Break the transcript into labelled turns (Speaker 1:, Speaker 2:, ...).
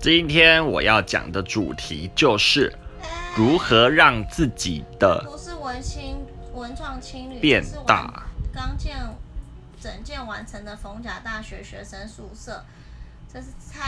Speaker 1: 今天我要讲的主题就是如何让自己的
Speaker 2: 不是文青文创青旅，
Speaker 1: 变
Speaker 2: 是我
Speaker 1: 大。
Speaker 2: 刚建整建完成的逢甲大学学生宿舍，这是蔡